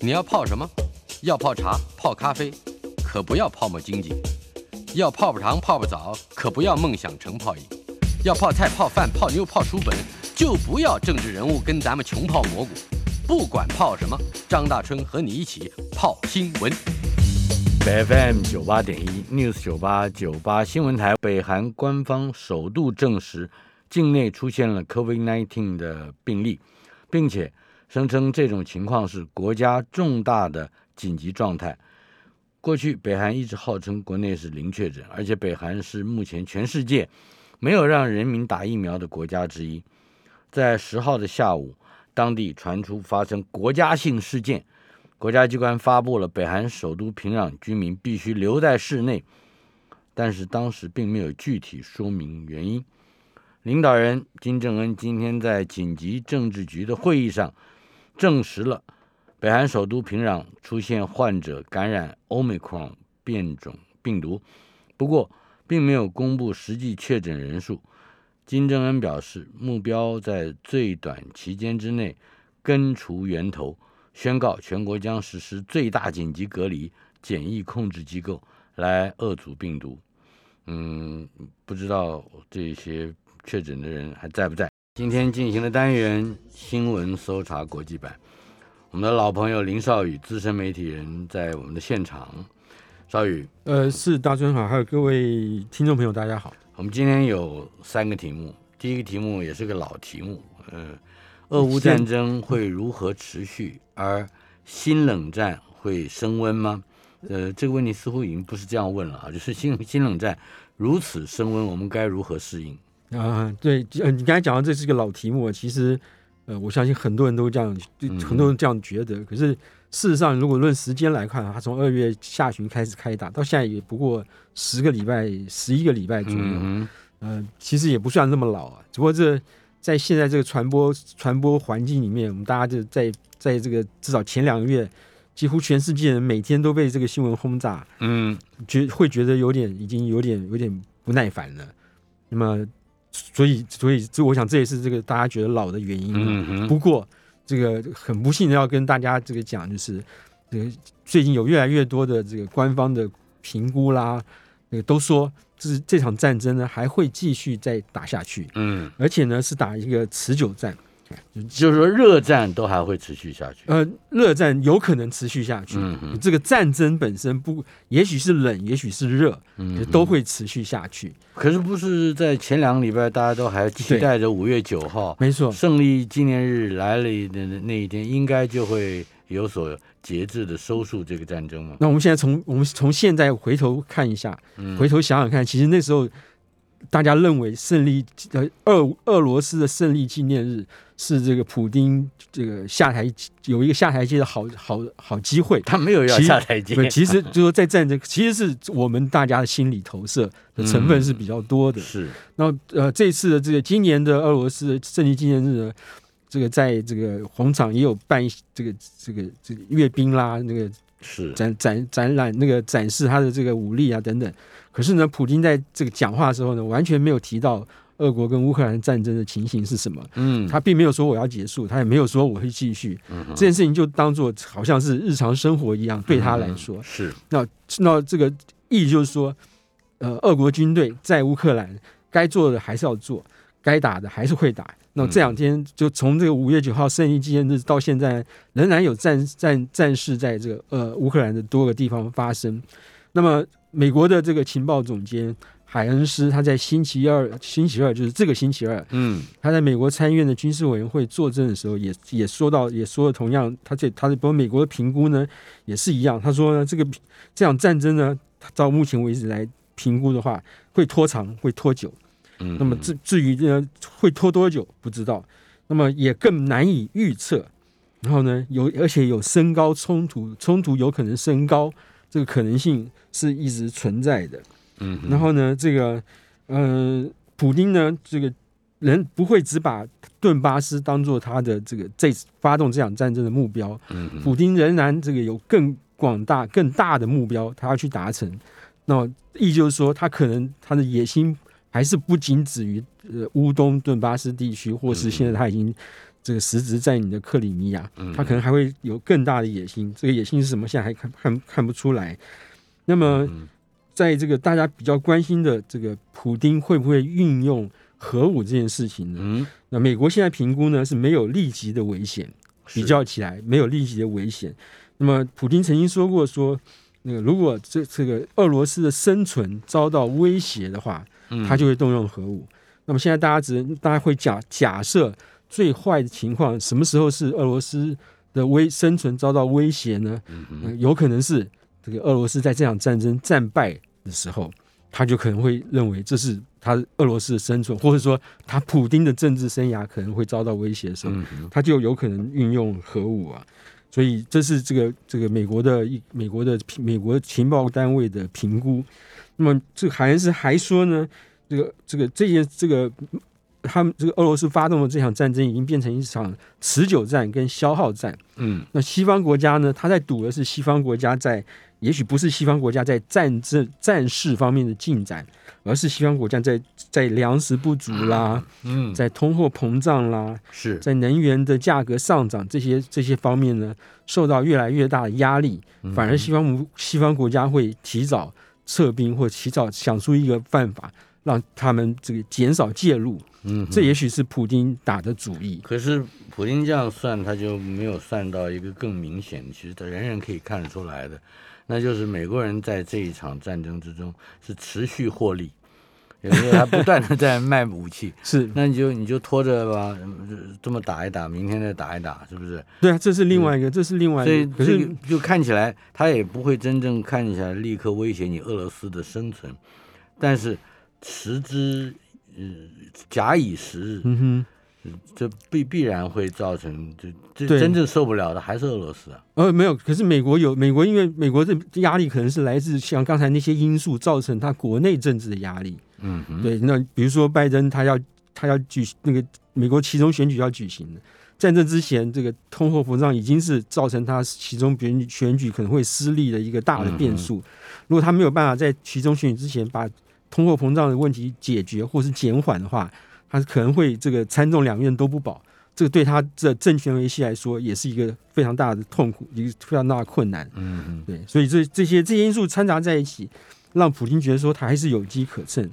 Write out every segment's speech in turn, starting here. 你要泡什么？要泡茶、泡咖啡，可不要泡沫经济；要泡泡糖、泡泡澡，可不要梦想成泡影；要泡菜、泡饭、泡妞、泡书本，就不要政治人物跟咱们穷泡蘑菇。不管泡什么，张大春和你一起泡新闻。 FM 九八点一 News 九八九八新闻台，北韩官方首度证实境内出现了 COVID-19 的病例，并且声称这种情况是国家重大的紧急状态。过去北韩一直号称国内是零确诊，而且北韩是目前全世界没有让人民打疫苗的国家之一。在十号的下午，当地传出发生国家性事件，国家机关发布了北韩首都平壤居民必须留在室内，但是当时并没有具体说明原因。领导人金正恩今天在紧急政治局的会议上证实了北韩首都平壤出现患者感染 Omicron 变种病毒，不过并没有公布实际确诊人数。金正恩表示，目标在最短期间之内根除源头，宣告全国将实施最大紧急隔离、检疫控制机构来遏阻病毒。嗯，不知道这些确诊的人还在不在？今天进行的单元新闻搜查国际版，我们的老朋友林少宇，资深媒体人，在我们的现场。少宇，呃，是大尊好，还有各位听众朋友，大家好。我们今天有三个题目，第一个题目也是个老题目，呃，俄乌战争会如何持续，而新冷战会升温吗？呃，这个问题似乎已经不是这样问了啊，就是新新冷战如此升温，我们该如何适应？啊、对，呃，你刚才讲到这是个老题目，啊其实，呃，我相信很多人都这样，就嗯很多人这样觉得。可是事实上，如果论时间来看，啊它从二月下旬开始开打，到现在也不过十个礼拜、十一个礼拜左右。嗯呃，其实也不算那么老啊，只不过这在现在这个传播传播环境里面，我们大家就在在这个至少前两个月，几乎全世界人每天都被这个新闻轰炸，哼，嗯觉会觉得有点已经有点有点不耐烦了。那么，所以所以这我想这也是这个大家觉得老的原因。啊嗯哼，不过这个很不幸的要跟大家这个讲，就是这个最近有越来越多的这个官方的评估啦，那个都说这是这场战争呢还会继续再打下去，嗯，而且呢是打一个持久战。就是说热战都还会持续下去。呃，热战有可能持续下去。嗯哼，这个战争本身不，也许是冷，也许是热，嗯就哼都会持续下去。可是不是在前两个礼拜，大家都还期对待着五月九号没错，胜利纪念日来了的那一天，应该就会有所节制的收束这个战争嘛？那我们现在从我们从现在回头看一下，回头想想看，其实那时候大家认为胜利呃俄俄罗斯的胜利纪念日是这个普丁这个下台有一个下台阶的好好好机会。 他没有要其下台阶不，，其实就是说在战争，其实是我们大家的心理投射的成分是比较多 的。是那呃，这次的这个今年的俄罗斯的胜利纪念日呢，这个在这个红场也有办一这个这个这个阅兵啦，那个是，展展展览那个展示他的这个武力啊等等。可是呢，普京在这个讲话的时候呢，完全没有提到俄国跟乌克兰战争的情形是什么。嗯，他并没有说我要结束，他也没有说我会继续。这件事情就当做好像是日常生活一样，对他嗯来说。是那那这个意义就是说，呃，俄国军队在乌克兰该做的还是要做，该打的还是会打。那这两天就从这个五月九号胜利纪念日到现在，仍然有战战战事在这个呃乌克兰的多个地方发生。那么，美国的这个情报总监海恩斯，他在星期二，星期二就是这个星期二，嗯他在美国参议院的军事委员会作证的时候也，也说到，也说了同样，他这他的包括美国的评估呢，也是一样。他说呢，这个这场战争呢，到目前为止来评估的话，会拖长，会拖久。嗯，那么至至于呢，会拖多久不知道，那么也更难以预测。然后呢，有而且有升高冲突，冲突有可能升高，这个可能性是一直存在的。嗯哼然后呢，这个呃，普丁呢，这个人不会只把顿巴斯当做他的这个这次发动这场战争的目标，嗯哼普丁仍然这个有更广大、更大的目标，他要去达成。那么意就是说，他可能他的野心还是不仅止于呃乌东顿巴斯地区，或是现在他已经这个实质在你的克里米亚嗯，他可能还会有更大的野心。这个野心是什么？现在还看看看不出来。那么，嗯在这个大家比较关心的这个普丁会不会运用核武这件事情呢？嗯，那美国现在评估呢是没有立即的危险，是比较起来没有立即的危险。那么普京曾经说过说，那个如果这这个俄罗斯的生存遭到威胁的话，嗯他就会动用核武。那么现在大家只大家会假假设最坏的情况，什么时候是俄罗斯的危生存遭到威胁呢？嗯呃哼有可能是这个俄罗斯在这场战争战败的时候，他就可能会认为这是他俄罗斯的生存，或者说他普丁的政治生涯可能会遭到威胁的时候，嗯哼他就有可能运用核武啊。所以这是这个这个美国的一美国的美国情报单位的评估。那么这个海恩斯还说呢，这个这个这件这个他们这个俄罗斯发动的这场战争已经变成一场持久战跟消耗战。嗯那西方国家呢，他在赌的是西方国家在，也许不是西方国家在战争战事方面的进展，而是西方国家在在粮食不足啦，嗯，在通货膨胀啦，是在能源的价格上涨这些这些方面呢，受到越来越大的压力，嗯反而西方西方国家会提早撤兵或提早想出一个办法，让他们这个减少介入，嗯哼这也许是普京打的主意。可是普京这样算，他就没有算到一个更明显的，其实他人人可以看得出来的，那就是美国人在这一场战争之中是持续获利，也就是他不断的在卖武器，是那你就你就拖着吧，嗯这么打一打，明天再打一打，是不是？对啊，这是另外一个，这是另外所一以哎个，可这是个就看起来他也不会真正看起来立刻威胁你俄罗斯的生存，但是时之呃假以时日，嗯哼。这必必然会造成这这对真正受不了的还是俄罗斯啊，呃，没有，可是美国有美国，因为美国的压力可能是来自像刚才那些因素造成他国内政治的压力。嗯哼，对，那比如说拜登他要他要举那个美国其中选举要举行了，战争之前这个通货膨胀已经是造成他其中选举选举可能会失利的一个嗯大的变数。如果他没有办法在其中选举之前把通货膨胀的问题解决或是减缓的话，他可能会这个参众两院都不保。这个对他这政权维系来说，也是一个非常大的痛苦，一个非常大的困难。嗯对，所以这这些这些因素掺杂在一起，让普京觉得说他还是有机可乘。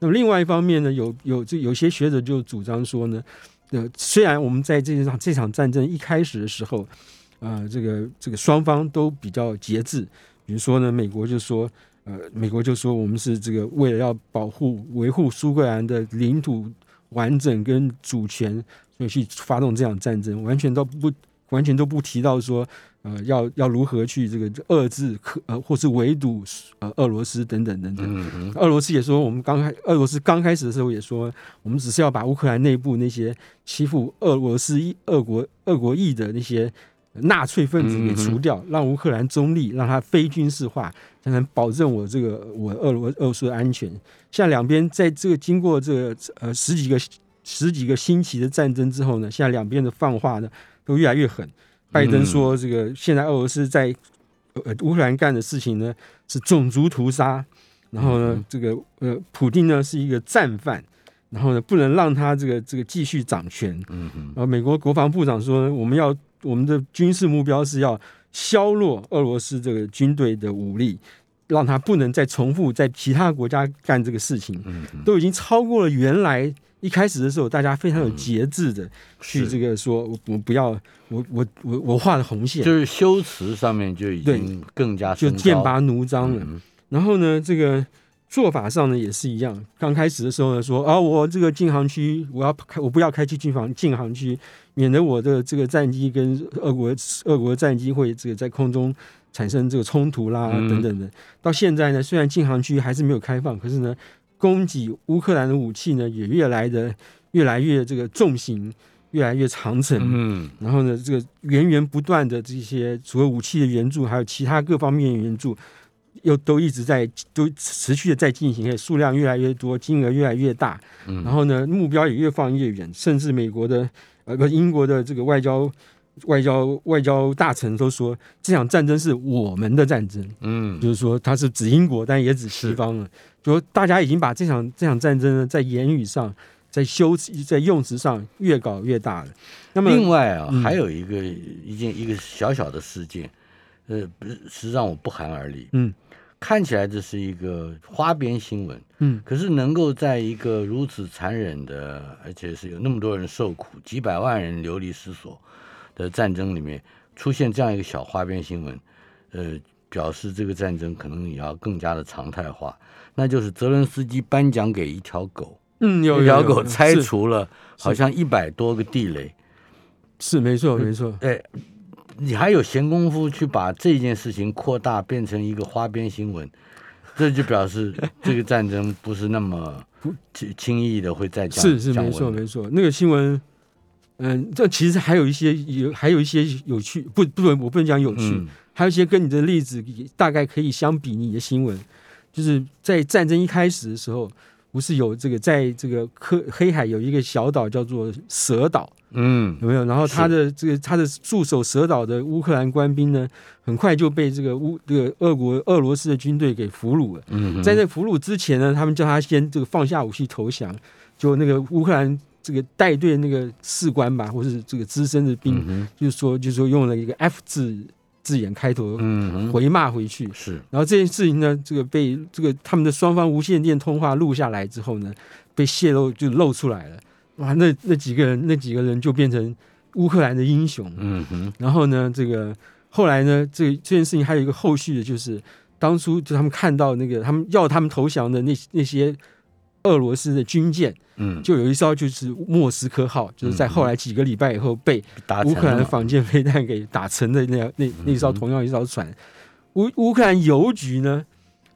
那么另外一方面呢，有有这有些学者就主张说呢，呃，虽然我们在这场这场战争一开始的时候，呃，这个这个双方都比较节制，比如说呢，美国就说。呃，美国就说我们是这个为了要保护、维护苏格兰的领土完整跟主权，所以去发动这场战争，完全都不完全都不提到说呃，要要如何去这个遏制克呃，或是围堵呃俄罗斯等等等哼，等。嗯哼，俄罗斯也说，我们刚开俄罗斯刚开始的时候也说，我们只是要把乌克兰内部那些欺负俄罗斯俄国俄国裔的那些纳粹分子嗯给除掉，让乌克兰中立，让它非军事化，才能保证我这个我俄罗俄罗斯的安全。现在两边在这个经过这个呃十几个十几个星期的战争之后呢，现在两边的放话呢都越来越狠。拜登说，这个现在俄罗斯在呃乌克兰干的事情呢是种族屠杀，然后嗯呢，这个呃普丁呢是一个战犯，然后呢不能让他这个这个继续掌权。嗯哼，然后美国国防部长说，我们要我们的军事目标是要削弱俄罗斯这个军队的武力，让他不能再重复在其他国家干这个事情，嗯哼，都已经超过了原来一开始的时候大家非常有节制的嗯去是这个说，我我不要我我我我画的红线就，是修辞上面就已经更加就升高剑拔弩张了。嗯然后呢，这个做法上呢也是一样。刚开始的时候呢，说啊，我这个禁航区，我要开，我不要开去禁航禁航区，免得我的这个战机跟俄国俄国战机会这个在空中产生这个冲突啦、嗯等等的。到现在呢，虽然禁航区还是没有开放，可是呢，供给乌克兰的武器呢也越来的越来越这个重型，越来越长程。嗯然后呢，这个源源不断的这些除了武器的援助，还有其他各方面的援助，又都一直在都持续的在进行，而且数量越来越多，金额越来越大。嗯然后呢，目标也越放越远，甚至美国的呃不是英国的这个外交外交外交大臣都说，这场战争是我们的战争。嗯就是说它是指英国，但也指西方了。就说大家已经把这场这场战争呢，在言语上、在修辞在用词上越搞越大了。那么另外啊，嗯还有一个一件一个小小的事件，呃，不是实际上我不寒而栗。嗯，看起来这是一个花边新闻，嗯可是能够在一个如此残忍的，而且是有那么多人受苦，几百万人流离失所的战争里面，出现这样一个小花边新闻，呃，表示这个战争可能也要更加的常态化。那就是泽伦斯基颁奖给一条狗，嗯，有一有条有狗拆是除了好像一百多个地雷。是没错没错，哎，你还有闲工夫去把这件事情扩大，变成一个花边新闻，这就表 示这个战争不是那么轻轻易的会再降是是降没温错的没错。那个新闻，嗯，这其实还有一些有还有一些有趣，不不能我不能讲有趣，嗯还有一些跟你的例子大概可以相比拟的新闻，就是在战争一开始的时候，不是有这个在这个科黑海有一个小岛叫做蛇岛，嗯，有没有？然后他的这个他的驻守蛇岛的乌克兰官兵呢，很快就被这个乌这个俄国俄罗斯的军队给俘虏了。嗯在那俘虏之前呢，他们叫他先这个放下武器投降，就那个乌克兰这个带队那个士官吧，或是这个资深的嗯兵，哼就是说就是说用了一个 F 字字眼开头嗯哼回骂回去。是然后这件事情呢，这个被这个他们的双方无线电通话录下来之后呢，被泄露就露出来了。哇，那那几个人那几个人就变成乌克兰的英雄。嗯哼然后呢，这个后来呢，这这件事情还有一个后续的，就是当初就他们看到那个他们要他们投降的那那些俄罗斯的军舰，嗯，就有一艘就是莫斯科号，就是在后来几个礼拜以后被打乌克兰的防反舰飞弹给打沉的那那那艘同样一艘船。乌乌克兰邮局呢，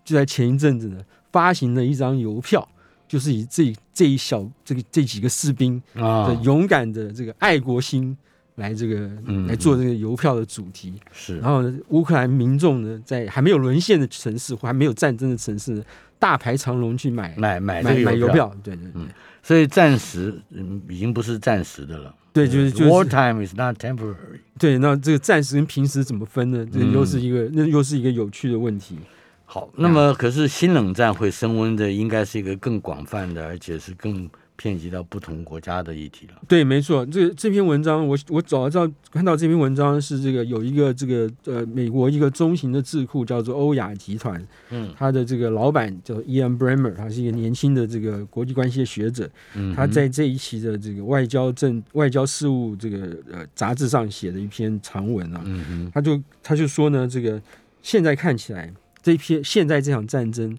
就在前一阵子呢，发行了一张邮票，就是以这这一小这个这几个士兵啊的勇敢的这个爱国心来这个嗯来做这个邮票的主题。是然后呢，乌克兰民众呢，在还没有沦陷的城市或还没有战争的城市呢，大排长龙去买买买买这买个邮票，嗯票。对对对，所以暂时嗯已经不是暂时的了。对就是就是 wartime is not temporary。对，那这个暂时跟平时怎么分呢？这嗯又是一个，那又是一个有趣的问题。好，那嗯么可是新冷战会升温的，应该是一个更广泛的，而且是更遍及到不同国家的议题了。对，没错，这这篇文章我我早知道看到这篇文章是这个有一个这个呃美国一个中型的智库叫做欧亚集团，嗯，他的这个老板叫 Ian Bremer，他是一个年轻的这个国际关系的学者，嗯哼他在这一期的这个外交政外交事务这个呃杂志上写的一篇长文啊，嗯哼他就他就说呢，这个现在看起来这一篇现在这场战争，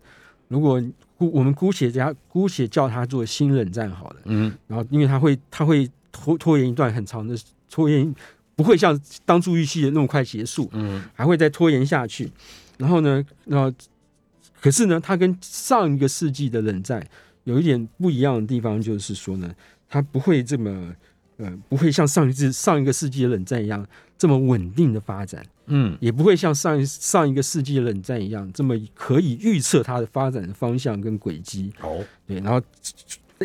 如果姑我们姑且叫它姑且叫它做新冷战好了。嗯然后因为它会它会拖拖延一段很长的拖延，不会像当初预期的那么快结束，嗯还会再拖延下去。然后呢，然后可是呢，它跟上一个世纪的冷战有一点不一样的地方，就是说呢，它不会这么呃，不会像上一次上一个世纪的冷战一样这么稳定的发展，嗯也不会像上一上一个世纪的冷战一样这么可以预测它的发展的方向跟轨迹。哦对，然后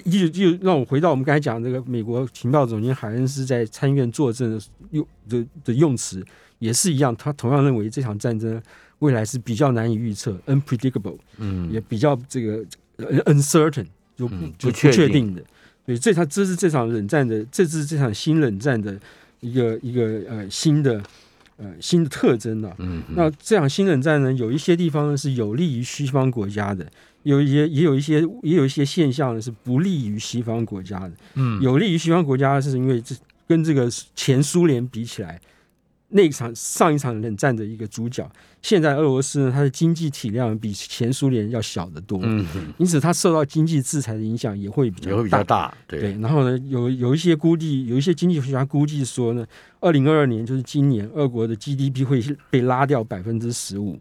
又又让我回到我们刚才讲这个美国情报总监海恩斯在参议院作证的用的的用词也是一样，他同样认为这场战争未来是比较难以预测，unpredictable，嗯也比较这个呃 uncertain，就不、嗯就不确确定定的。对，这场这是这场冷战的，这是这场新冷战的一个一个呃新的呃新的特征啊。嗯哼那这场新冷战呢，有一些地方呢是有利于西方国家的，有一些也有一些也有一些现象呢是不利于西方国家的。嗯有利于西方国家，是因为这跟这个前苏联比起来，那一场上一场冷战的一个主角，现在俄罗斯呢，它的经济体量比前苏联要小得多，嗯哼因此它受到经济制裁的影响也会比也较会比较大。大，对对，，然后呢，有有一些估计，有一些经济学家估计说呢，二零二二年就是今年，俄国的 GDP 会被拉掉百分之十五，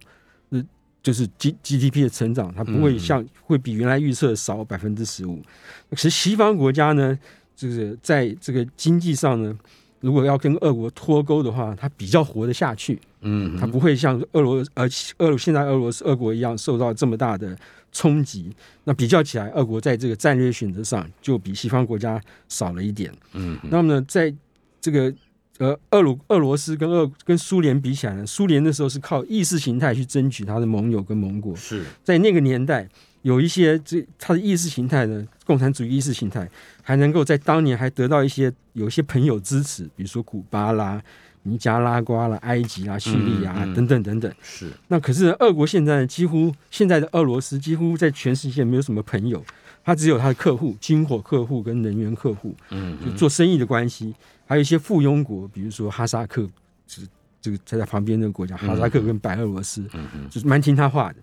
呃，就是 G GDP 的成长，它不会像会比原来预测少百分之十五。可是西方国家呢，就是在这个经济上呢，如果要跟俄国脱钩的话，它比较活得下去，嗯它哼不会像俄罗呃俄罗现在俄罗斯俄国一样受到这么大的冲击。那比较起来，俄国在这个战略选择上就比西方国家少了一点。嗯哼那么呢，在这个呃俄罗俄罗斯跟俄跟苏联比起来呢，苏联那时候是靠意识形态去争取它的盟友跟盟国，是在那个年代，有一些这他的意识形态呢，共产主义意识形态还能够在当年还得到一些有一些朋友支持，比如说古巴啦、尼加拉瓜啦、埃及啦、叙利亚、嗯嗯等等等等。是那可是俄国现在几乎现在的俄罗斯几乎在全世界没有什么朋友，他只有他的客户、军火客户跟能源客户，嗯就做生意的关系，还有一些附庸国，比如说哈萨克，这这个在他旁边那个国家，哈萨克跟白俄罗斯，嗯嗯就是蛮听他话的。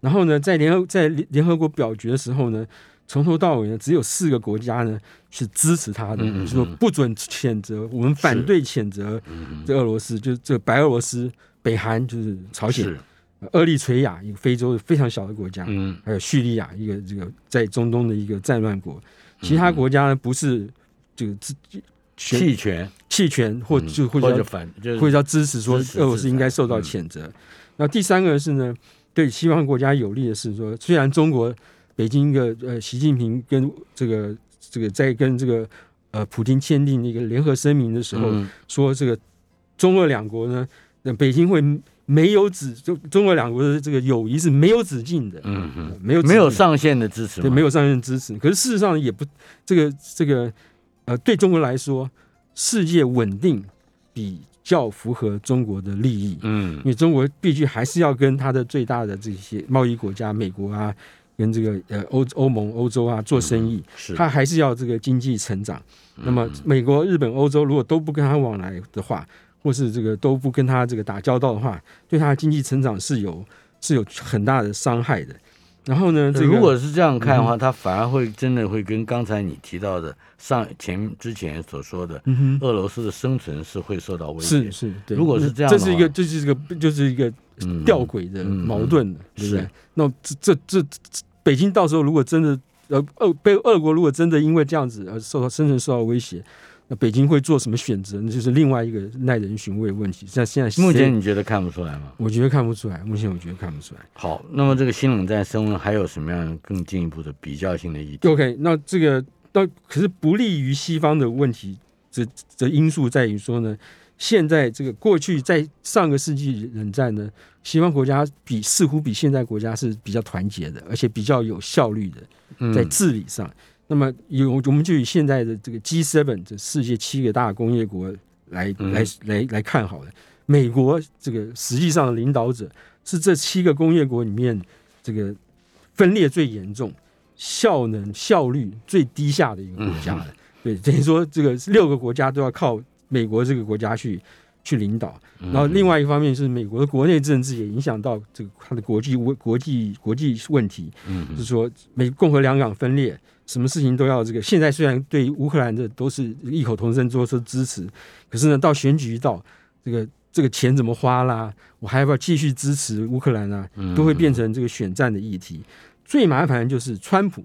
然后呢，在联合在联联合国表决的时候呢，从头到尾呢，只有四个国家呢是支持他的，嗯嗯嗯就是说不准谴责，我们反对谴责嗯这俄罗斯，就是这个白俄罗斯、北韩，就是朝嗯，鲜、呃是厄立垂亚一个非洲非常小的国家，嗯还有叙利亚一个这个在中东的一个战乱国，其他国家呢不是这个自嗯全弃权弃权或嗯就或或者者要反就是或者要支持说支持俄罗斯制裁应该受到嗯谴责。那第三个是呢，对西方国家有利的是说，虽然中国北京一个呃习近平跟这个这个在跟这个呃普京签订那个联合声明的时候，嗯说这个中俄两国呢，那北京会没有止中中俄两国的这个友谊是没有止境的，嗯嗯，没有止没有境上限的支持对嘛，没有上任支持。可是事实上也不这个这个呃，对中国来说，世界稳定比较符合中国的利益，嗯因为中国必须还是要跟它的最大的这些贸易国家美国啊，跟这个呃欧欧盟、欧洲啊做生意。嗯是嗯他还是要这个经济成长。那么美国、日本、欧洲如果都不跟他往来的话，或是这个都不跟他这个打交道的话，对他的经济成长是有是有很大的伤害的。然后呢，这个嗯如果是这样看的话，它反而会真的会跟刚才你提到的上前之前所说的嗯俄罗斯的生存是会受到威哼胁。是是，对，如果是这样的这话是一个这是一个就是一个嗯吊诡的嗯嗯矛盾的，对不是对？那这这这这北京到时候如果真的呃俄被俄国如果真的因为这样子而受到生存受到威胁。那北京会做什么选择？那就是另外一个耐人寻味的问题。像现在谁目前你觉得看不出来吗？我觉得看不出来，目前我觉得看不出来。好，那么这个新冷战升温还有什么样更进一步的比较性的议题？ OK，那这个那可是不利于西方的问题，这这因素在于说呢，现在这个过去在上个世纪冷战呢，西方国家比似乎比现在国家是比较团结的，而且比较有效率的，在嗯治理上。那么有我们就以现在的这个 G7 这世界七个大工业国来嗯来来来看好了，美国这个实际上的领导者是这七个工业国里面这个分裂最严重、效能效率最低下的一个国家嗯了。对，等于说这个六个国家都要靠美国这个国家去去领导。嗯然后另外一方面是美国的国内政治也影响到这个它的国际问国际国际问题。嗯就是说美共和两港分裂，什么事情都要这个。现在虽然对乌克兰的都是异口同声说说支持，可是呢，到选举一到，这个这个钱怎么花啦？我还要不要继续支持乌克兰啊？嗯都会变成这个选战的议题。最麻烦的就是川普，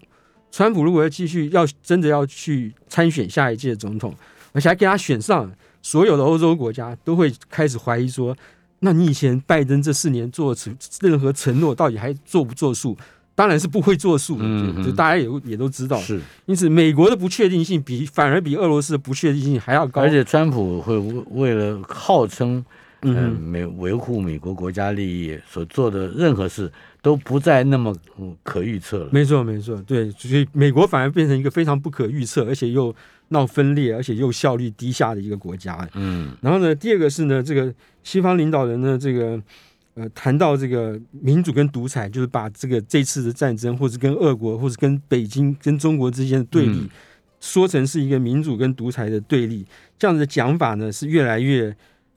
川普如果要继续要真的要去参选下一届总统，而且还给他选上，所有的欧洲国家都会开始怀疑说，那你以前拜登这四年做出任何承诺，到底还做不做数？当然是不会做数的，嗯就嗯就大家也也都知道。是，因此，美国的不确定性比反而比俄罗斯的不确定性还要高。而且川普会为为了号称嗯呃哼，美维护美国国家利益所做的任何事都不再那么嗯可预测了。没错，没错，对，所以美国反而变成一个非常不可预测，而且又闹分裂，而且又效率低下的一个国家。嗯然后呢，第二个是呢，这个西方领导人呢，这个呃，谈到这个民主跟独裁，就是把这个这次的战争，或是跟俄国，或是跟北京、跟中国之间的对立，嗯说成是一个民主跟独裁的对立，这样子的讲法呢，是越来越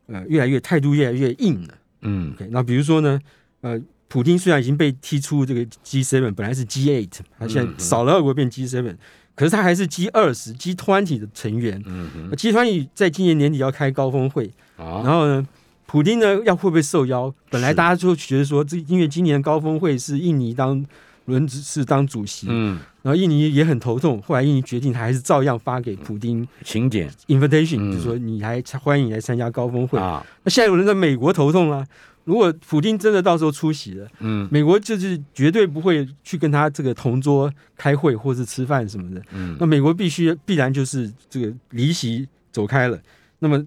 呃，越来越态度越来越硬了。嗯 OK，那比如说呢，呃，普京虽然已经被踢出这个 G7，本来是 G8，他现嗯在少了俄国变 G7，可是他还是 G20、G20 的成员。嗯哼 G20 在今年年底要开高峰会，然啊，后呢，普丁呢要会不会受邀？本来是大家就觉得说，这因为今年高峰会是印尼当轮值是当主席，嗯，然后印尼也很头痛，后来印尼决定他还是照样发给普丁请柬 invitation，、嗯就说你还欢迎你来参加高峰会。啊，那现在有人在美国头痛啦、如果普丁真的到时候出席了，嗯美国就是绝对不会去跟他这个同桌开会或是吃饭什么的。嗯那美国必须必然就是这个离席走开了。那么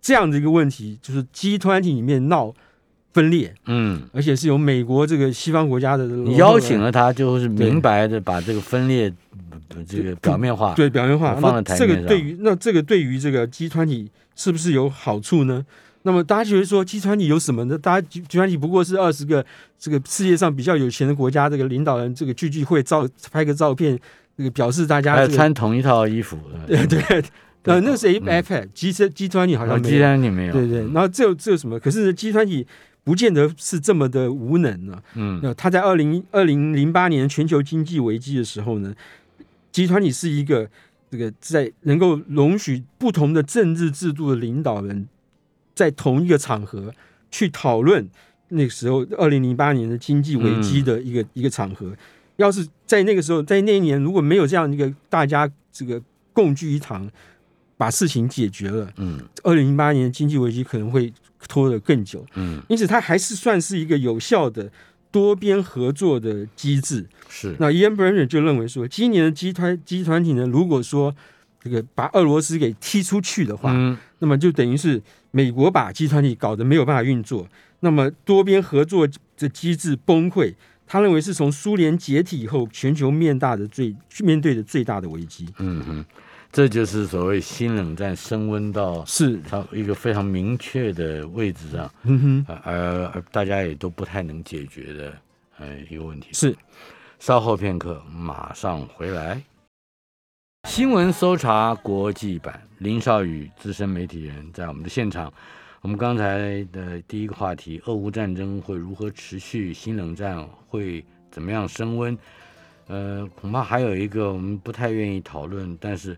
这样的一个问题，就是 G 团体里面闹分裂，嗯，而且是由美国这个西方国家的你邀请了他，就是明白的把这个分裂呃这个表面化，对表面化，我放在那台这个面上对于那这个对于这个集团体是不是有好处呢？那么大家觉得说集团体有什么呢？大家集集团体不过是二十个这个世界上比较有钱的国家这个领导人这个聚聚会照拍个照片，这个表示大还家有这个穿同一套衣服，对对，呃，那是 A 嗯哦 F I 集集团体好像没既有，然你没有，嗯对对，然后这有这有什么？可是集团体不见得是这么的无能啊。嗯那他在二零二零零八年全球经济危机的时候呢，集团体是一个这个在能够容许不同的政治制度的领导人在同一个场合去讨论那个时候二零零八年的经济危机嗯的一个、一个场合。要是在那个时候，在那一年如果没有这样一个大家这个共聚一堂，把事情解决了，嗯二零零八年经济危机可能会拖得更久。嗯，因此它还是算是一个有效的多边合作的机制。是，那 Ian Bremner 就认为说，今年的集团集团体呢，如果说这个把俄罗斯给踢出去的话，嗯那么就等于是美国把集团体搞得没有办法运作，那么多边合作的机制崩溃。他认为是从苏联解体以后，全球面大的最面对的最大的危机嗯哼，这就是所谓新冷战升温到是，它一个非常明确的位置上，嗯哼，呃而而大家也都不太能解决的呃一个问题。是稍后片刻，马上回来。新闻搜查国际版，林少宇资深媒体人在我们的现场。我们刚才的第一个话题，俄乌战争会如何持续？新冷战会怎么样升温？呃，恐怕还有一个我们不太愿意讨论，但是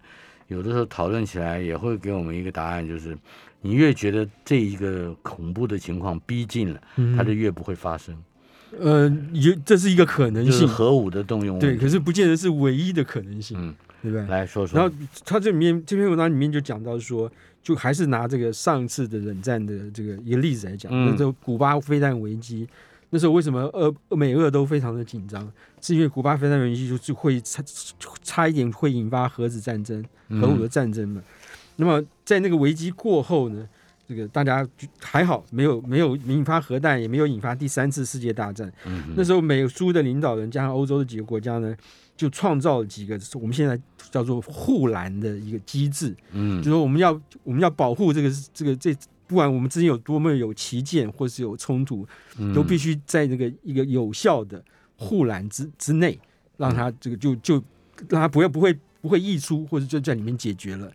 有的时候讨论起来也会给我们一个答案，就是你越觉得这一个恐怖的情况逼近了，嗯它就越不会发生，呃，有这是一个可能就是性，核武的动用问对，题。可是不见得是唯一的可能性，嗯对不对？来说说，然后他这里面这篇文章里面就讲到说，就还是拿这个上次的冷战的这个一个例子来讲，嗯那时候古巴非弹危机，那时候为什么俄俄美俄都非常的紧张，是因为古巴非弹危机就就会差差一点会引发核子战争、核武的战争嘛。那么在那个危机过后呢，这个大家就还好，没有没有引发核弹，也没有引发第三次世界大战。那时候美苏的领导人加上欧洲的几个国家呢，就创造了几个我们现在叫做护栏的一个机制，嗯就说我们要我们要保护这个这个这，不管我们之间有多么有旗舰或是有冲突，都必须在那个一个有效的护栏之之内，让它这个就就让它不要不会不会溢出，或者就在里面解决了。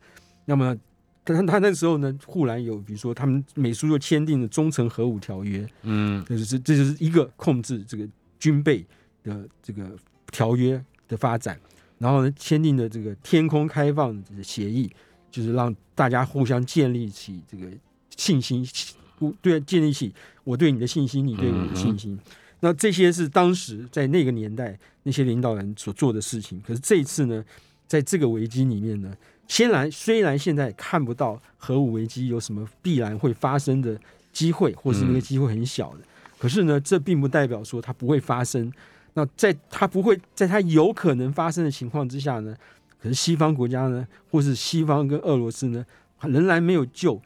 那么他他他那时候呢，护栏有比如说他们美苏就签订了中程核武条约，嗯这就是这就是一个控制这个军备的这个条约的发展，然后呢签订的这个天空开放的协议，就是让大家互相建立起这个信心，互对建立起我对你的信心，你对我的信心。那这些是当时在那个年代那些领导人所做的事情，可是这一次呢，在这个危机里面呢，先然虽然现在看不到核武危机有什么必然会发生的机会，或是那个机会很小的，可是呢，这并不代表说它不会发生。那在它不会，在它有可能发生的情况之下呢，可是西方国家呢，或是西方跟俄罗斯呢，仍然没有救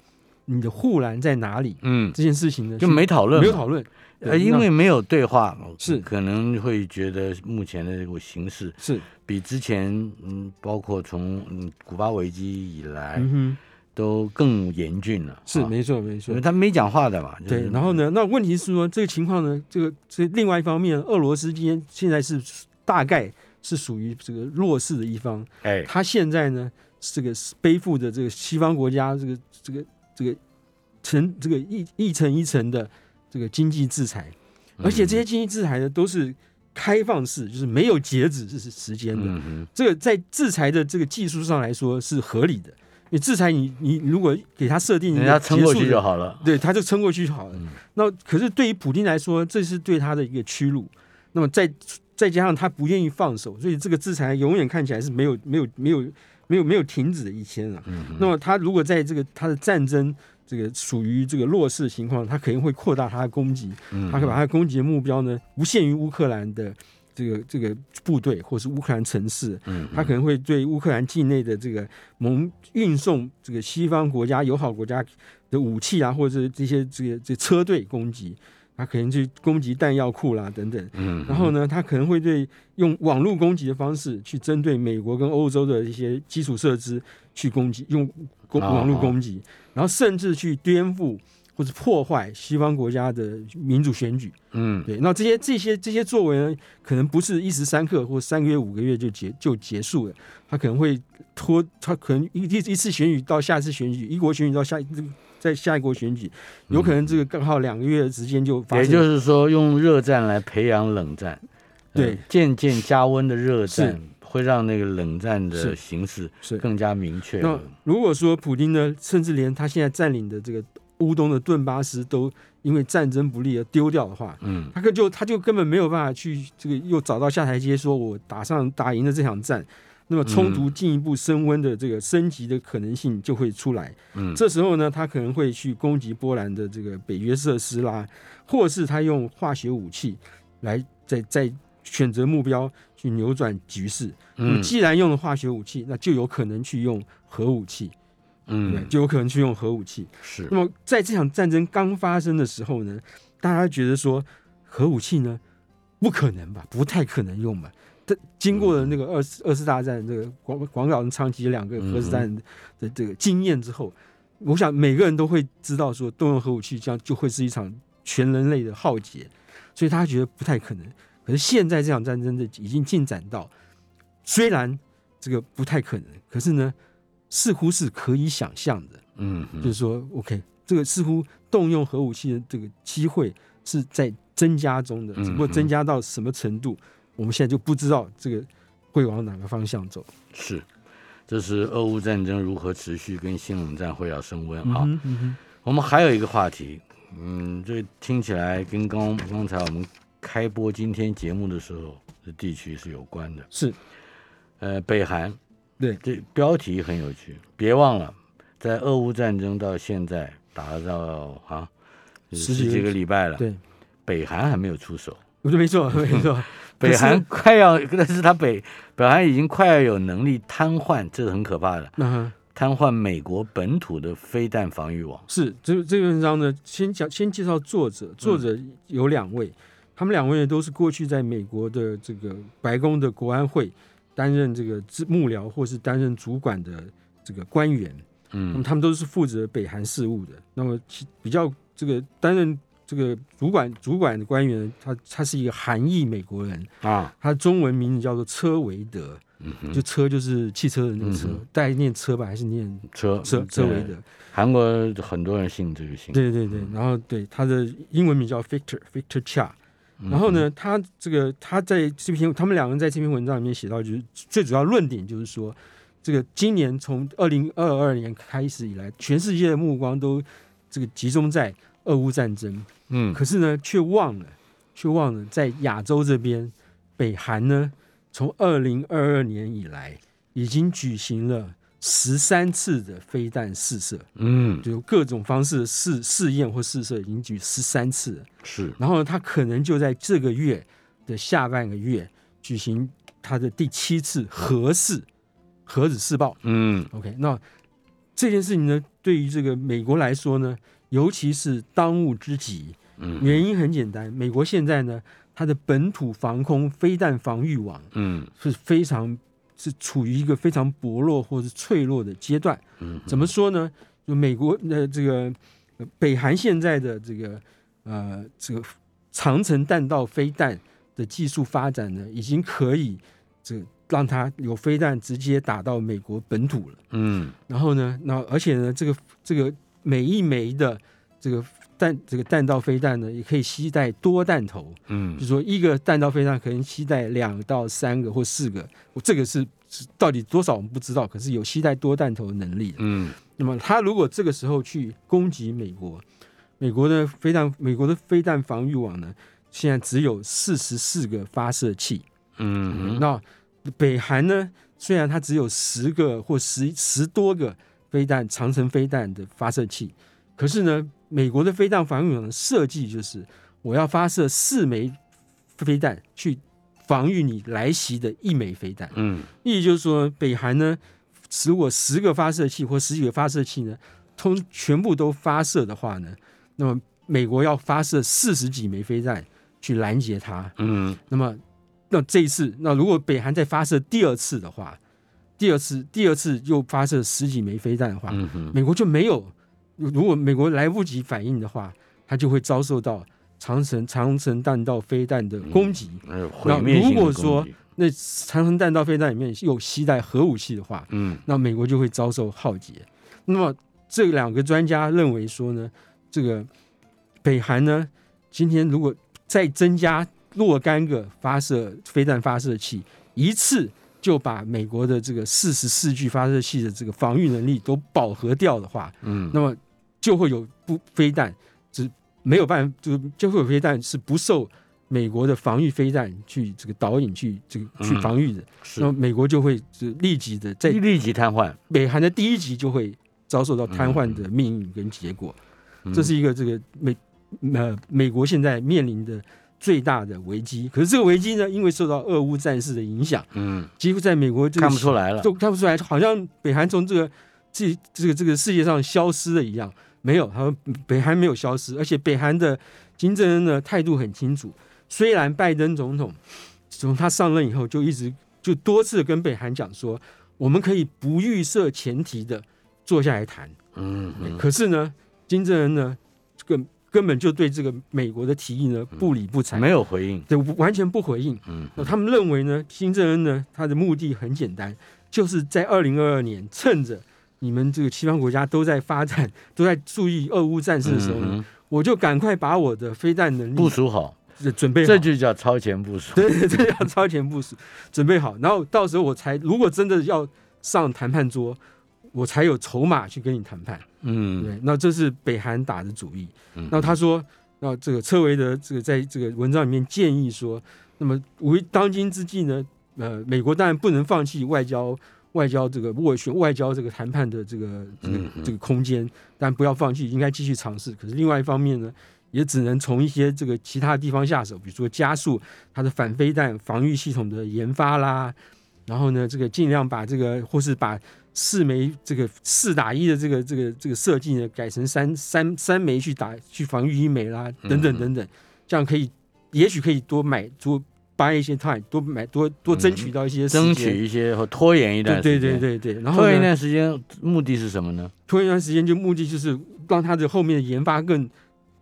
你的护栏在哪里嗯，这件事情呢，就是没讨论嘛，没有讨论，呃，对因那为没有对话，是可能会觉得目前的这个形势是比之前，嗯，包括从嗯古巴危机以来、嗯哼，都更严峻了，是啊没错没因错为。他没讲话的嘛，就是对，然后呢？那问题是说，这个情况呢，这个这另外一方面，俄罗斯今天现在是大概是属于这个弱势的一方，哎，他现在呢，这个背负着这个西方国家这个这个这个层这个一一层一层的这个经济制裁，嗯而且这些经济制裁呢都是开放式，就是没有截止是时间的。嗯哼，这个在制裁的这个技术上来说是合理的。你制裁你你如果给他设定一人个家撑过结束去的就好了，对，他就撑过去就好了。那可是对于普京来说，这是对他的一个屈辱。那么再再加上他不愿意放手，所以这个制裁永远看起来是没有没有没有没有没有停止的一天啊。那么他如果在这个他的战争这个属于这个弱势情况，他肯定会扩大他的攻击，他可以把他的攻击的目标呢不限于乌克兰的。这个这个部队或是乌克兰城市，嗯他可能会对乌克兰境内的这个盟运送这个西方国家友好国家的武器啊，或者是这些这个这车队攻击。他可能去攻击弹药库啦等等。嗯，然后呢，他可能会对用网络攻击的方式去针对美国跟欧洲的一些基础设施去攻击，用攻啊网络啊攻击，然后甚至去颠覆或者破坏西方国家的民主选举。嗯，对，那这些这些这些作为呢，可能不是一时三刻或三个月、五个月就结就结束了，他可能会拖，他可能一一一次选举到下一次选举，一国选举到下一在下一国选举，有可能这个刚好两个月的时间就发也生，就是说，用热战来培养冷战，呃对渐渐加温的热战是会让那个冷战的是形势是更加明确那了。如果说普京呢，甚至连他现在占领的这个乌东的顿巴斯都因为战争不利而丢掉的话，嗯他根就他就根本没有办法去这个又找到下台阶，说我打上打赢了这场战，那么嗯冲突进一步升温的这个升级的可能性就会出来。嗯这时候呢，他可能会去攻击波兰的这个北约设施啦，或是他用化学武器来在在选择目标去扭转局势。那么嗯既然用了化学武器，那就有可能去用核武器，对，嗯，就有可能去用核武器。是那么在这场战争刚发生的时候呢，大家觉得说核武器呢不可能吧，不太可能用吧。但经过了那个二次二次大战这个广广岛跟长崎两个核子弹的这个经验之后，我想每个人都会知道说动用核武器这样就会是一场全人类的浩劫，所以他觉得不太可能。可是现在这场战争的已经进展到，虽然这个不太可能，可是呢，似乎是可以想象的。嗯就嗯是说，OK，这个似乎动用核武器的这个机会是在增加中的，嗯只不过增加到什么程度，我们现在就不知道这个会往哪个方向走。是，这是俄乌战争如何持续跟新冷战会要升温啊。嗯哼我们还有一个话题，嗯，这听起来跟刚刚才我们开播今天节目的时候的地区是有关的。是呃，北韩，对这标题很有趣。别忘了，在俄乌战争到现在打到啊十几几个个礼拜了，对，北韩还没有出手。我就没错，没错，可嗯 北是韩快要，但是他北北韩已经快要有能力瘫痪，这是很可怕的，那、嗯哼瘫痪美国本土的飞弹防御网。是这这篇文章呢，先讲先介绍作者，嗯作者有两位，他们两位都是过去在美国的这个白宫的国安会担任这个支幕僚或是担任主管的这个官员。那么嗯他们都是负责北韩事务的。那么其比较这个担任这个主管主管的官员，他他是一个韩裔美国人，啊，他的中文名字叫做车维德，嗯哼就车就是汽车的那个车嗯哼，哦大家念车吧，还是念车车车维德？韩国很多人信这个信。对对对，然后对他的英文名叫 Victor Victor Cha。嗯哼然后？呢，他这个他在这篇他们两个人在这篇文章里面写到，就是最主要论点就是说，这个今年从二零二二年开始以来，全世界的目光都这个集中在俄乌战争，嗯可是呢，却忘了却忘了在亚洲这边，北韩呢，从二零二二年以来已经举行了十三次的飞弹试射，嗯，就各种方式的试试验或试射已经举十三次了。是然后呢他可能就在这个月的下半个月举行他的第七次核试核子试爆。嗯 OK，那这件事情呢，对于这个美国来说呢，尤其是当务之急。嗯原因很简单，美国现在呢，它的本土防空飞弹防御网嗯是非常是处于一个非常薄弱或是脆弱的阶段。嗯，怎么说呢？就美国呃这个呃北韩现在的这个呃这个长城弹道飞弹的技术发展呢，已经可以这个让它有飞弹直接打到美国本土了。嗯然后呢，那而且呢，这个这个每一枚的这个弹这个弹道飞弹呢，也可以携带多弹头，嗯就说一个弹道飞弹可能携带两到三个或四个，我这个是是到底多少我们不知道，可是有携带多弹头的能力的。嗯那么他如果这个时候去攻击美国，美国的飞弹，美国的飞弹防御网呢，现在只有四十四个发射器。嗯那北韩呢，虽然它只有十个或十十多个飞弹长城飞弹的发射器，可是呢，美国的飞弹防御网的设计就是我要发射四枚飞弹去防御你来袭的一枚飞弹。嗯意思就是说，北韩呢，如果十个发射器或十几个发射器呢，通全部都发射的话呢，那么美国要发射四十几枚飞弹去拦截它。嗯，那么，那这一次，那如果北韩再发射第二次的话，第二次第二次又发射十几枚飞弹的话，嗯哼，美国就没有，如果美国来不及反应的话，它就会遭受到长城长城弹道飞弹的攻击。哎呦毁灭性的那如果攻击说，那长城弹道飞弹里面有携带核武器的话，嗯那美国就会遭受浩劫。那么这两个专家认为说呢，这个北韩呢，今天如果再增加若干个发射飞弹发射器，一次就把美国的这个四十四具发射器的这个防御能力都饱和掉的话，嗯那么就会有不飞弹，只没有办法，就就会有飞弹是不受美国的防御飞弹去这个导引去这个去嗯防御的，是那么美国就会是立即的在立即瘫痪，北韩的第一集就会遭受到瘫痪的命运跟结果，嗯这是一个这个美呃美国现在面临的最大的危机。可是这个危机呢，因为受到俄乌战事的影响，嗯几乎在美国这个看不出来了，都看不出来，好像北韩从这个这这个这个世界上消失了一样。没有，他北韩没有消失，而且北韩的金正恩呢态度很清楚。虽然拜登总统从他上任以后就一直就多次跟北韩讲说，我们可以不预设前提的坐下来谈，嗯嗯可是呢，金正恩呢根根本就对这个美国的提议呢不理不睬，没有回应，对，完全不回应。嗯那他们认为呢，金正恩呢，他的目的很简单，就是在二零二二年，趁着你们这个西方国家都在发展、都在注意俄乌战事的时候呢，嗯我就赶快把我的飞弹能嗯力部署好，呃准备好，这就叫超前部署，对对，这要超前部署，准备好，然后到时候我才如果真的要上谈判桌，我才有筹码去跟你谈判。嗯对，那这是北韩打的主意。嗯那他说，那这个车维德这个在这个文章里面建议说，那么为当今之际呢，呃，美国当然不能放弃外交外交这个斡旋、外交这个谈判的这个这个嗯嗯这个空间，但不要放弃，应该继续尝试。可是另外一方面呢，也只能从一些这个其他地方下手，比如说加速它的反飞弹防御系统的研发啦，然后呢，这个尽量把这个或是把四枚这个四打一的这个这个这个设计呢，改成三三三枚去打去防御一枚啦，等嗯等等等，这样可以，也许可以多买多 buy 一些 time，多买多多争取到一些时嗯争间取一些和拖延一段对时对间，对对对，然后拖延一呢，段时间目的是什么呢？拖延一段时间就目的就是让它的后面的研发更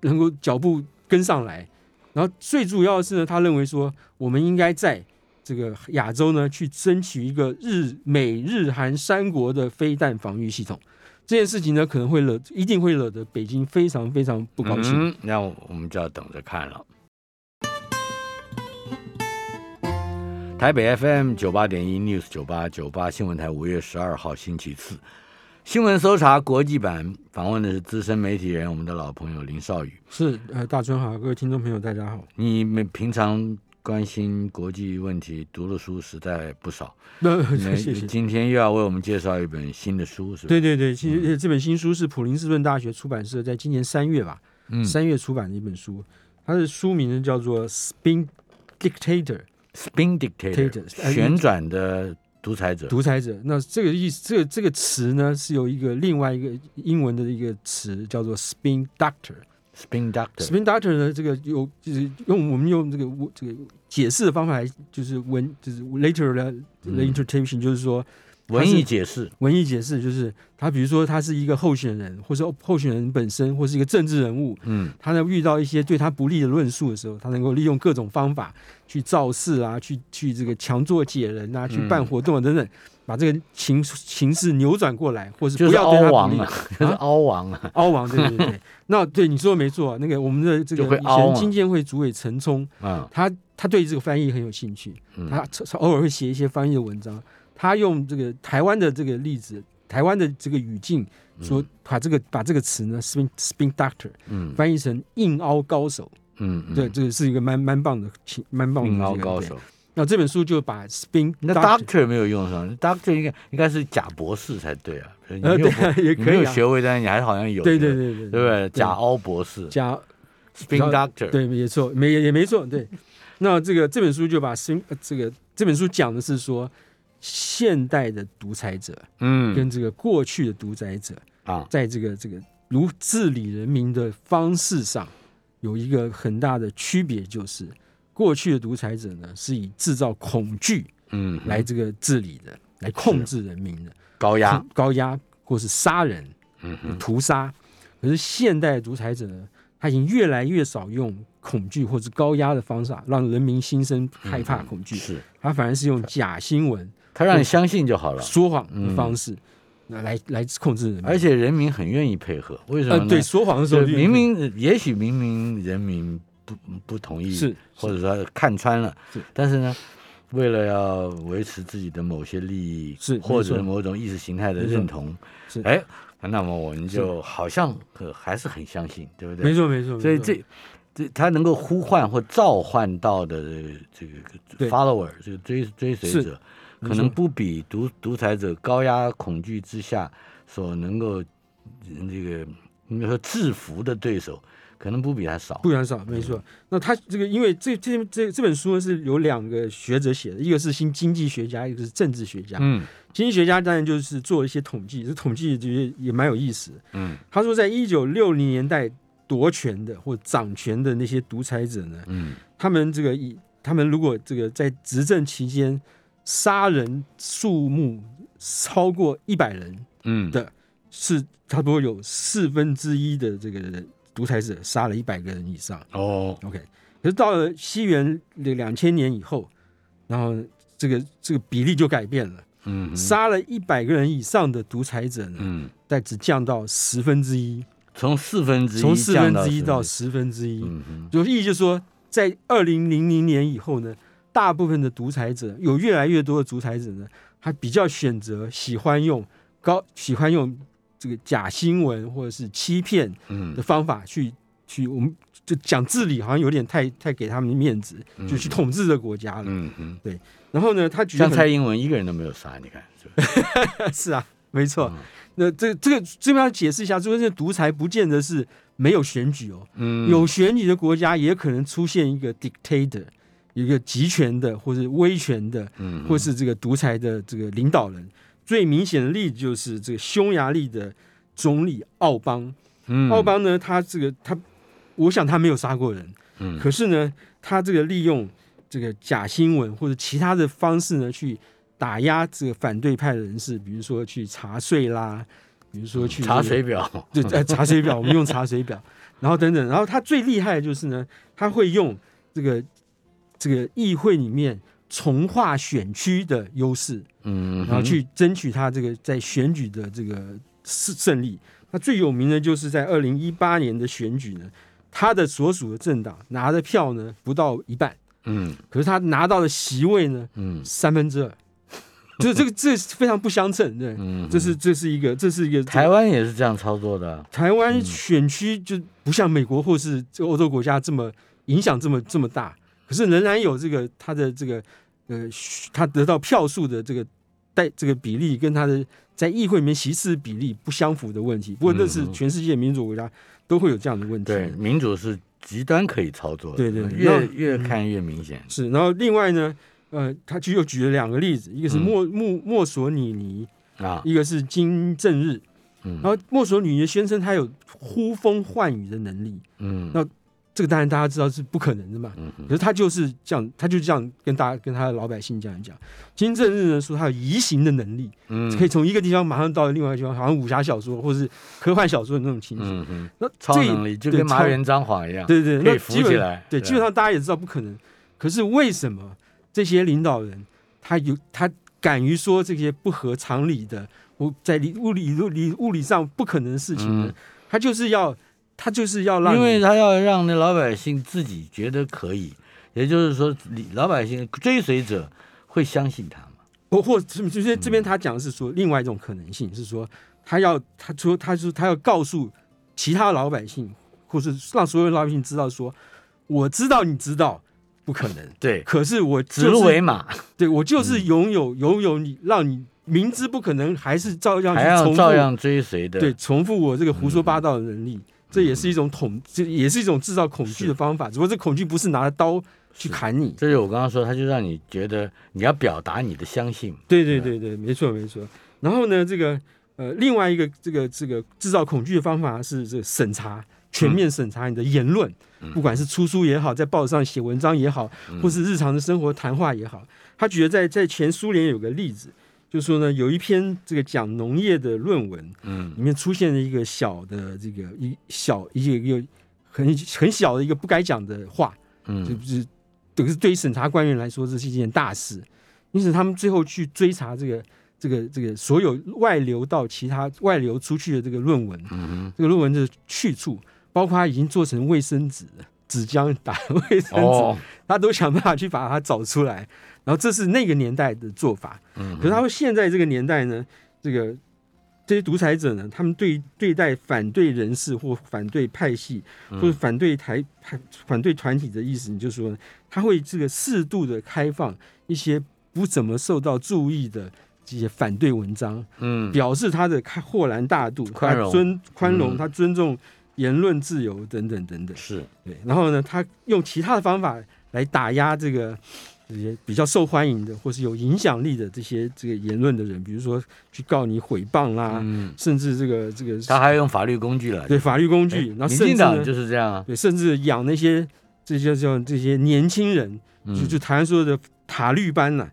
能够脚步跟上来，然后最主要的是呢，他认为说我们应该在这个亚洲呢去争取一个日美日韩三国的飞弹防御系统。这件事情呢，可能会惹，一定会惹得北京非常非常不高兴。嗯，那我们就要等着看了。台北 FM 九八点一 News 九八九八新闻台五月十二号星期四新闻搜查国际版访问的是资深媒体人我们的老朋友林少宇。是，呃，大春好，各位听众朋友，大家好。你们平常关心国际问题，读的书实在不少。那那 谢谢。今天又要为我们介绍一本新的书，是吧？对对对，其嗯实这本新书是普林斯顿大学出版社在今年三月吧，嗯三月出版的一本书，它的书名呢叫做《Spin Dictator》 ，Spin Dictator， Dictator，呃旋转的独裁者。独裁者。那这个意思，这个这个词呢是由一个另外一个英文的一个词叫做 Spin Doctor。 Spin Doctor， Spin Doctor 呢，这个有就是用我们用这个我这个解释的方法来，就是文就是 later 的嗯 interpretation，、就是说文艺解释。文艺解释，就是他比如说他是一个候选人，或者说候选人本身，或是一个政治人物，嗯他呢遇到一些对他不利的论述的时候，他能够利用各种方法去造势啊，去去这个强作解人嗯啊，去办活动啊等等，把这个情情势扭转过来，或是就不是要凹对他不王利，啊， 就是凹王啊， 凹王，对对对。那对你说的没错，啊那个我们的这就会个以凹前嘛经建会主委陈冲，嗯他他对这个翻译很有兴趣，嗯他他偶尔会写一些翻译的文章。他用这个台湾的这个例子，台湾的这个语境，说把这个把这个词呢，spin spin doctor 嗯翻译成硬凹高手。嗯，嗯对，，这个是一个蛮蛮棒的情，蛮棒的命这凹个高。对手。那这本书就把 spin 那 doctor doctor 没有用上，doctor 应该应该是假博士才对啊。你没呃，有对博啊，也你没可有以啊。学位，但是你还是好像有对学位，对对对对不对？假凹博士假，spin 假 doctor，对，没错，没也也没错，对。那这个这本书就把新呃这个这本书讲的是说，现代的独裁者嗯跟这个过去的独裁者，啊，在这个这个如治理人民的方式上有一个很大的区别，就是过去的独裁者呢是以制造恐惧嗯，来这个治理的，来控制人民的，嗯啊高 压，高压或是杀人、嗯哼，屠杀。可是现代独裁者呢，他已经越来越少用恐惧或是高压的方式啊，让人民心生害怕、恐惧，是他反而是用假新闻、他让你相信就好了，说谎的方式，那来来控制人民。嗯而且人民很愿意配合，为什么呃呢？，对，说谎的时候就就，明明也许明明人民不不同意，是或者说看穿了是，但是呢，为了要维持自己的某些利益，是或没者错某种意识形态的没错认同，是哎，那么我们就好像可还是很相信，对不对？没错没错，所以没错这这他能够呼唤或召唤到的这个这个对 follower 这个追追随是者，没可能错不比独独裁者高压恐惧之下所能够嗯这个应该说制服的对手，可能不比他少。不然少，没错。那他这个，因为这这这这本书是有两个学者写的，一个是新经济学家，一个是政治学家。嗯经济学家当然就是做一些统计，这统计就是也蛮有意思的。嗯他说，在一九六零年代夺权的或掌权的那些独裁者呢，嗯，他们这个以他们如果这个在执政期间杀人数目超过一百人，嗯，的是差不多有四分之一的这个独裁者杀了一百个人以上。哦， OK，可是到了西元两千年以后，然后这个这个比例就改变了，嗯杀了一百个人以上的独裁者呢，嗯，但只降到十分之一，从四分之一从四分之一降到四十分之分一，之嗯就意思就是说，在二零零零年以后呢，大部分的独裁者有越来越多的独裁者呢，他比较选择喜欢用高喜欢用这个假新闻或者是欺骗嗯的方法去去，我们就讲治理，好像有点太太给他们面子，就去统治这个国家了。嗯嗯，然后呢，他举得像很蔡英文一个人都没有杀，你看，是不是 是啊，没错嗯。那这这个这边要解释一下，就是这独裁不见得是没有选举哦，嗯有选举的国家也可能出现一个 dictator，一个集权的或是威权的，嗯或是这个独裁的这个领导人。最明显的例子就是这个匈牙利的总理奥邦，嗯奥邦呢，他这个他，我想他没有杀过人，嗯可是呢，他这个利用这个假新闻或者其他的方式呢，去打压这个反对派人士，比如说去查税啦，比如说去这个查水表， 对，呃，查水表，我们用查水表，然后等等，然后他最厉害的就是呢，他会用这个这个议会里面重划选区的优势，嗯，然后去争取他这个在选举的这个胜胜利。那最有名的就是在二零一八年的选举呢，他的所属的政党拿的票呢不到一半，嗯可是他拿到的席位呢嗯三分之二， 就这个这是非常不相称，对，嗯，这是这是一个这是一个台湾也是这样操作的，啊台嗯湾选区就不像美国或是这欧洲国家这么影响这么这么大，可是仍然有这个他的这个呃，他得到票数的这个带这个比例跟他的在议会里面席次比例不相符的问题。不过那是全世界民主国家都会有这样的问题。嗯对，民主是极端可以操作的，对对越那嗯越看越明显，是。然后另外呢，呃，他就又举了两个例子，一个是嗯墨墨墨索里尼，啊，一个是金正日。嗯然后墨索里尼宣称他有呼风唤雨的能力。嗯那这个当然大家知道是不可能的嘛，嗯哼可是他就是这样，他就这样跟大家跟他的老百姓这样讲。金正日呢说他有移形的能力，嗯可以从一个地方马上到另外一个地方，好像武侠小说或是科幻小说的那种情节。嗯哼，那这超能力就对跟麻超原彰晃一样，对对，可那以基浮起本来，对，基本上大家也知道不可能。可是为什么这些领导人他有他敢于说这些不合常理的，我在理物理物理物理上不可能的事情呢？嗯他就是要他就是要让因为你他要让那老百姓自己觉得可以，也就是说，你老百姓追随者会相信他嘛，或或是就是嗯这边他讲的是说另外一种可能性是说，他要他说他说他要告诉其他老百姓，或是让所有老百姓知道说，我知道你知道不可能，对，可是我指就鹿为嗯是马，对我就是拥有拥有你，让你明知不可能，还是照样去还要重复照样嗯追随的，对重复我这个胡说八道的能力。这也是一种统，这也是一种制造恐惧的方法。只不过这恐惧不是拿刀去砍你，这就是我刚刚说，他就让你觉得你要表达你的相信，对对对对，没错没错。然后呢，这个呃，另外一个这个这个制造恐惧的方法是这个审查，全面审查你的言论，不管是出书也好，在报纸上写文章也好，或是日常的生活谈话也好。他举得在在前苏联有个例子，就说呢，有一篇这个讲农业的论文，嗯，里面出现了一个小的这个一小一个一个很很小的一个不该讲的话，就嗯是等于是对于审查官员来说，这是一件大事。因此，他们最后去追查这个、这个、这个所有外流到其他外流出去的这个论文，嗯这个论文的去处，包括它已经做成卫生纸、纸浆打卫生纸，哼，哦，他都想办法去把它找出来。然后这是那个年代的做法，嗯可是他说现在这个年代呢，这个这些独裁者呢，他们对对待反对人士或反对派系嗯或者反对台派反对团体的意思，你就说呢他会这个适度的开放一些不怎么受到注意的。这些反对文章，嗯表示他的开豁然大度，宽容他尊宽容，嗯他尊重言论自由等等等等。是对，然后呢，他用其他的方法来打压这个这些比较受欢迎的或是有影响力的这些这个言论的人，比如说去告你诽谤啦，嗯，甚至这个这个他还用法律工具了，啊对法律工哎具，然后民甚至进党呢就是这样啊，对，甚至养那些这些叫这些年轻人，就嗯就台湾说的塔绿 班呐、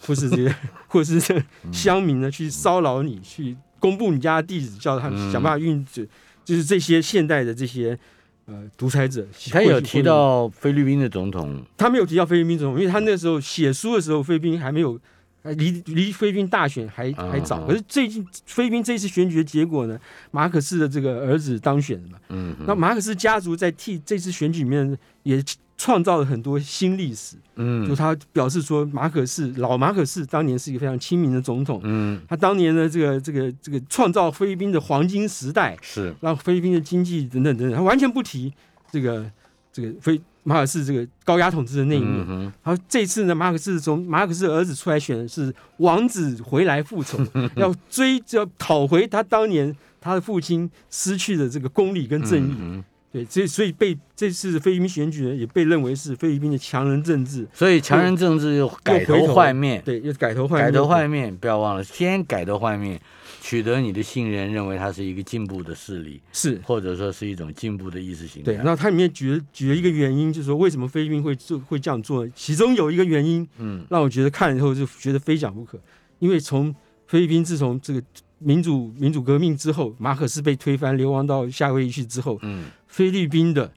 或是这个嗯或是这个乡民呢去骚扰你，去公布你家的地址，叫他们嗯想办法运，就就是这些现代的这些呃独裁者，他会有去提会用到菲律宾的总统，他没有提到菲律宾总统，因为他那时候写书的时候，菲律宾还没有，还离离菲律宾大选还嗯还早。嗯可是最近菲律宾这一次选举的结果呢，马可斯的这个儿子当选了嘛。嗯那马可斯家族在替这次选举里面也创造了很多新历史，就嗯他表示说，马可斯老马可斯当年是一个非常亲民的总统，嗯他当年呢，这个这个这个创造菲律宾的黄金时代，是让菲律宾的经济等等等等，他完全不提这个这个菲马可斯这个高压统治的那一面。嗯哼然后这次呢，马可斯从马可斯的儿子出来选的是王子回来复 仇，要追要讨回他当年他的父亲失去的这个公理跟正义。嗯哼对，所以所以被这次菲律宾选举呢，也被认为是菲律宾的强人政治。所以强人政治又改又回头头换面，对，又改头换改面头换面，不要忘了，先改头换面，取得你的信任，认为它是一个进步的势力，是。或者说是一种进步的意识形态。对，然后它里面举了举了一个原因，就是说为什么菲律宾会做会这样做，其中有一个原因嗯让我觉得看了以后就觉得非讲不可，因为从菲律宾自从这个民主民主革命之后，马可斯被推翻流亡到夏威夷去之后，嗯菲律宾的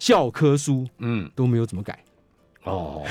教科书嗯，都没有怎么改，哦，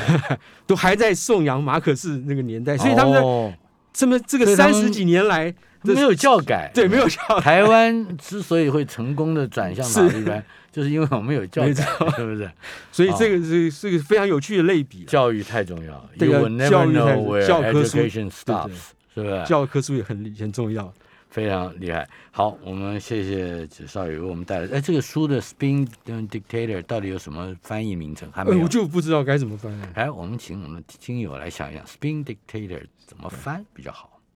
都还在颂扬马可斯那个年代，哎所以他们的哦这么这所个以他三们哦十几年来，这没有教改，对没有教 台湾之所以会成功的转向法是律班，就是因为我们有教没改，是不是？所以这个是是个非常有趣的类比，教育太重要这，You 个 will never 教育 know 才是 where 教科书 education stops，是不是？啊教科书也很很重要。非常厉害。好，我们谢谢史少宇为我们带来。哎，这个书的《Spin Dictator》到底有什么翻译名称？还没呃，我有。就不知道该怎么翻了。哎，我们请我们的听友来想一想，《Spin Dictator》怎么翻比较好？